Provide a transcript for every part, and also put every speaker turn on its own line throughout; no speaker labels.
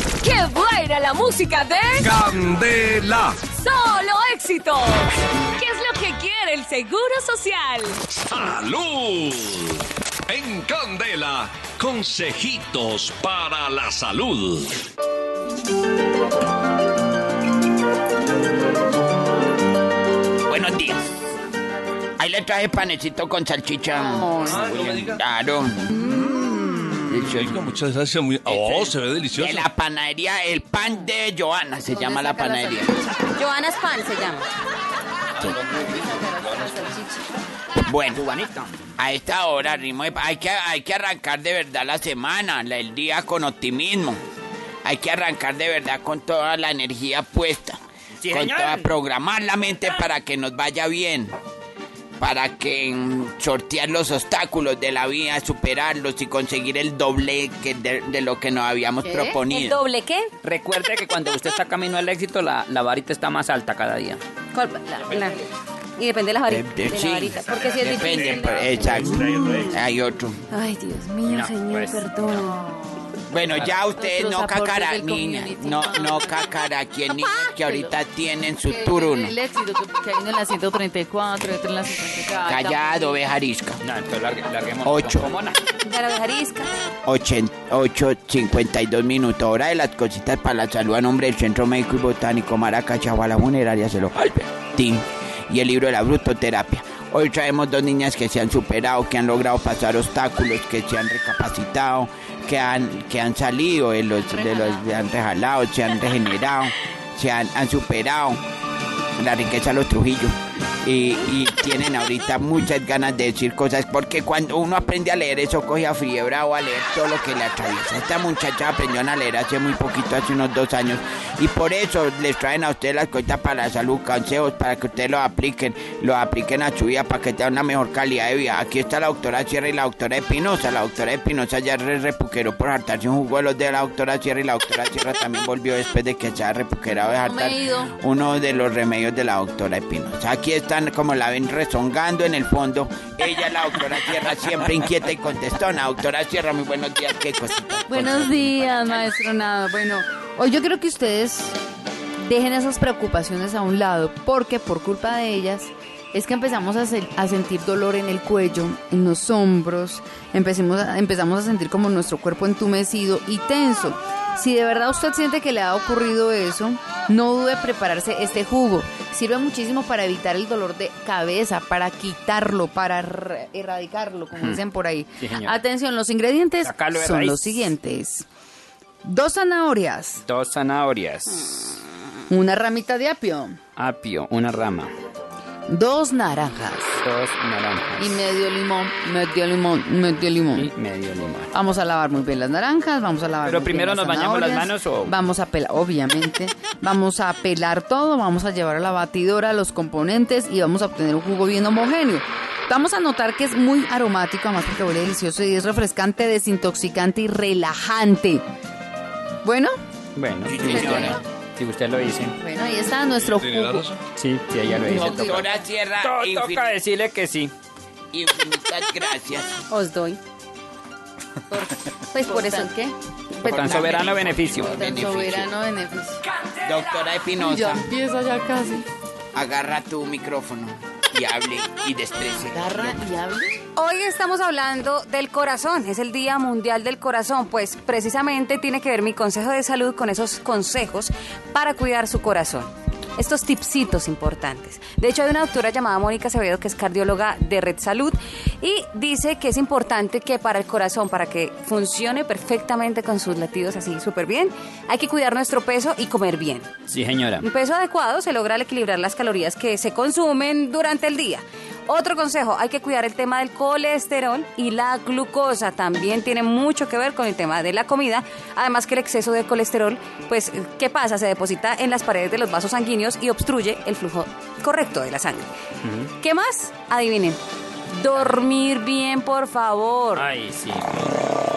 Usted baila la música de
Candela.
Solo Éxito. ¿Qué es lo que quiere el Seguro Social?
Salud. En Candela, consejitos para la salud.
Buenos días. Ahí le traje panecito con salchicha. Ah, Claro. Eso es-
Muchas gracias. Muy... Oh,
Ese-
se ve delicioso.
De la panadería, el pan de Joana se llama la panadería.
Joana Span se llama.
Bueno, a esta hora, ritmo de- hay, que, hay que arrancar de verdad la semana, la- el día con optimismo. Hay que arrancar de verdad con toda la energía puesta.
Sí,
con
señor.
toda- programar la mente para que nos vaya bien. Para que mm, sortear los obstáculos de la vida, superarlos y conseguir el doble que de, de lo que nos habíamos
¿El
proponido.
doble qué?
Recuerde que cuando usted está camino al éxito, la, la varita está más alta cada día.
¿Cuál- la- la- Y depende de las varitas.
De- de-
de
sí.
la varita, Porque si es
Depende,
difícil.
pero- exacto. Hay otro.
Ay, Dios mío,
No,
señor,
pues.
perdón.
Bueno, ya ustedes
Nuestros
no
aportes
cacara,
del
niña,
community. Ah,
no, no cacara aquí niñas que ahorita tienen su turno.
El éxito que- que hay uno en la 134, otro en la 54.
Callado, bejarisca.
No, entonces largue- larguemos.
Ocho.
Como na-
De la bejarisca.
8, 52 minutos. Hora de las cositas para la salud a nombre del Centro Médico y Botánico Maracachahuala Funeraria se lo Tim y el libro de la brutoterapia. Hoy traemos dos niñas que se han superado, que han logrado pasar obstáculos, que se han recapacitado, que han, que han salido de los, de los, se han rejalado, se han regenerado, se han, han superado la riqueza de los Trujillo. Y, y tienen ahorita muchas ganas de decir cosas, porque cuando uno aprende a leer eso, coge a friebra o a leer todo lo que le atraviesa. Esta muchacha aprendió a leer hace muy poquito, hace unos dos años, y por eso les traen a ustedes las cosas para la salud, consejos para que ustedes los apliquen, los apliquen a su vida para que tengan una mejor calidad de vida. Aquí está la doctora Sierra y la doctora Espinosa. La doctora Espinosa ya re repuqueró por hartarse un jugo de los de la doctora Sierra y la doctora Sierra también volvió después de que se ha repuquerado de hartar
he ido.
uno de los remedios de la doctora Espinosa. Aquí están, como la ven, rezongando en el fondo. Ella, la doctora Sierra, siempre inquieta y contestona. Doctora Sierra, muy buenos días. ¿Qué cosita?
Buenos días, maestro Nada. Bueno, hoy yo creo que ustedes dejen esas preocupaciones a un lado, porque por culpa de ellas es que empezamos a, se- a sentir dolor en el cuello, en los hombros, empecemos a- empezamos a sentir como nuestro cuerpo entumecido y tenso. Si de verdad usted siente que le ha ocurrido eso, no dude en prepararse este jugo. Sirve muchísimo para evitar el dolor de cabeza, para quitarlo, para r- erradicarlo, como dicen por ahí.
Hmm. Sí, señor.
Atención, los ingredientes
Sácalo de
son
raíz.
los siguientes. Dos zanahorias,
Dos zanahorias.
una ramita de apio,
Apio, una rama.
dos naranjas
Dos naranjas.
y medio limón, medio limón, medio
Y
limón.
medio limón.
Vamos a lavar muy bien las naranjas, vamos a lavar
Pero
muy bien
primero nos
las
bañamos las
zanahorias,
manos, ¿o?
Vamos a pelar, obviamente, vamos a pelar todo, vamos a llevar a la batidora los componentes y vamos a obtener un jugo bien homogéneo. Vamos a notar que es muy aromático, además porque huele delicioso y es refrescante, desintoxicante y relajante. Bueno,
Bueno, sí,
señora.
señora. Si usted lo dice.
bueno, ahí está nuestro
¿Tiene la
jugo.
razón?
Sí, sí, ella lo dice. Toca,
Doctora Sierra,
To- toca
infin-
decirle que sí.
infinitas gracias.
Os doy.
Pues por eso, ¿qué?
Por tan soberano beneficio.
Tan soberano beneficio.
Doctora Espinosa,
empieza ya casi.
agarra tu micrófono y hable y destrece.
Agarra y hable.
Hoy estamos hablando del corazón, es el Día Mundial del Corazón, pues precisamente tiene que ver mi consejo de salud con esos consejos para cuidar su corazón. Estos tipsitos importantes. De hecho, hay una doctora llamada Mónica Acevedo que es cardióloga de Red Salud y dice que es importante que para el corazón, para que funcione perfectamente con sus latidos así súper bien, hay que cuidar nuestro peso y comer bien.
Sí, señora.
Un peso adecuado se logra al equilibrar las calorías que se consumen durante el día. Otro consejo, hay que cuidar el tema del colesterol y la glucosa. También tiene mucho que ver con el tema de la comida. Además que el exceso de colesterol, pues, ¿qué pasa? Se deposita en las paredes de los vasos sanguíneos y obstruye el flujo correcto de la sangre. ¿Qué más? Adivinen. Dormir bien, por favor.
Ay, sí.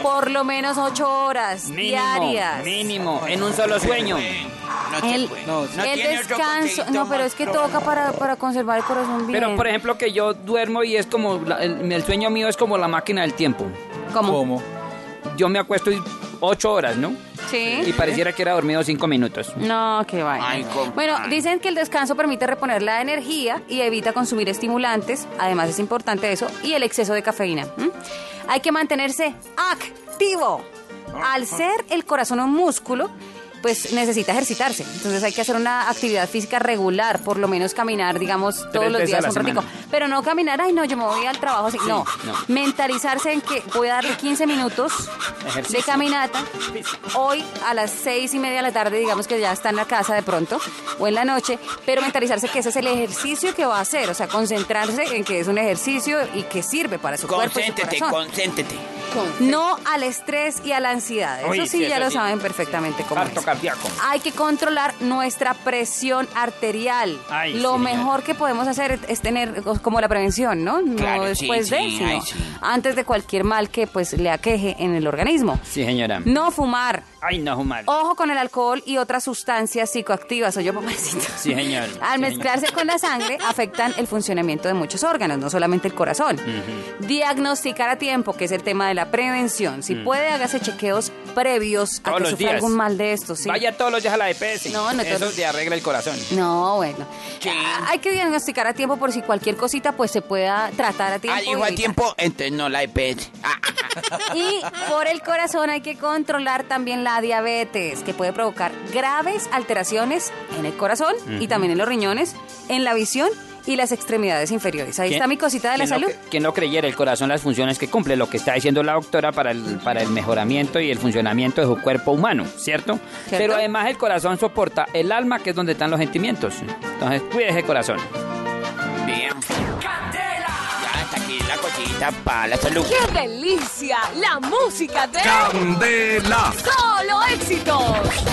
Por lo menos ocho horas
Mínimo,
diarias.
mínimo, en un solo sueño.
No se puede.
El,
pues. No, no
el
tiene otro
descanso,
consejito
no, pero
más
es que
profundo.
toca para, para conservar el corazón bien.
Pero, por ejemplo, que yo duermo y es como, la- el, el sueño mío es como la máquina del tiempo.
¿Cómo?
Yo me acuesto y ocho horas, ¿no?
Sí.
Y pareciera que era dormido cinco minutos.
No, qué vaina.
Ay, compadre.
bueno, dicen que el descanso permite reponer la energía y evita consumir estimulantes. Además, es importante eso. Y el exceso de cafeína. ¿m? Hay que mantenerse activo. Al ser el corazón un músculo, pues necesita ejercitarse. Entonces hay que hacer una actividad física regular, por lo menos caminar, digamos, todos los
veces a
días
la
un ratico.
semana.
Pero no caminar, ay no, yo me voy al trabajo. así". no.
no.
mentalizarse en que voy a darle 15 minutos
Ejercicio.
de caminata. Hoy a las seis y media de la tarde, digamos que ya está en la casa de pronto o en la noche, pero mentalizarse que ese es el ejercicio que va a hacer, o sea, concentrarse en que es un ejercicio y que sirve para su cuerpo y su
Concéntrate,
corazón.
concéntrate. Ah,
No al estrés y a la ansiedad. Eso
Uy,
sí,
sí,
ya
eso
lo
sí.
saben perfectamente cómo
Parto
es.
cardíaco.
Hay que controlar nuestra presión arterial.
Ay,
lo
sí,
mejor que podemos hacer es- es tener o- como la prevención, ¿no?
Claro,
no
sí,
después de,
sí,
sino
ay, sí.
antes de cualquier mal que pues le aqueje en el organismo.
Sí, señora.
No fumar.
Ay, no, Humar.
Ojo con el alcohol y otras sustancias psicoactivas, oye, papacito.
Sí, señor.
Al
Sí,
mezclarse con la sangre, afectan el funcionamiento de muchos órganos, no solamente el corazón. Diagnosticar a tiempo, que es el tema de la prevención. Si puede, hágase chequeos previos a
Mm. Todos
que
los
sufra
días.
algún mal de estos. ¿sí?
Vaya todos los días a la EPS.
No, no todos
Eso
los-
te arregla el corazón.
No, bueno. Ah, Hay que diagnosticar a tiempo por si cualquier cosita pues se pueda tratar a tiempo.
Ah, dijo
y
a
evitar.
tiempo, entonces no la EPS. Ah,
Y por el corazón hay que controlar también la diabetes, que puede provocar graves alteraciones en el corazón y también en los riñones, en la visión y las extremidades inferiores. Ahí
¿Quién-
está mi cosita de la
quién no
salud.
cre- Quien no creyera el corazón las funciones que cumple, lo que está diciendo la doctora para el, para el mejoramiento y el funcionamiento de su cuerpo humano, ¿cierto? Pero además el corazón soporta el alma, que es donde están los sentimientos. Entonces, cuídese el corazón.
bien. Ya, hasta aquí la cosita para la salud.
¡Qué delicia! La música de
Candela.
Solo Éxitos.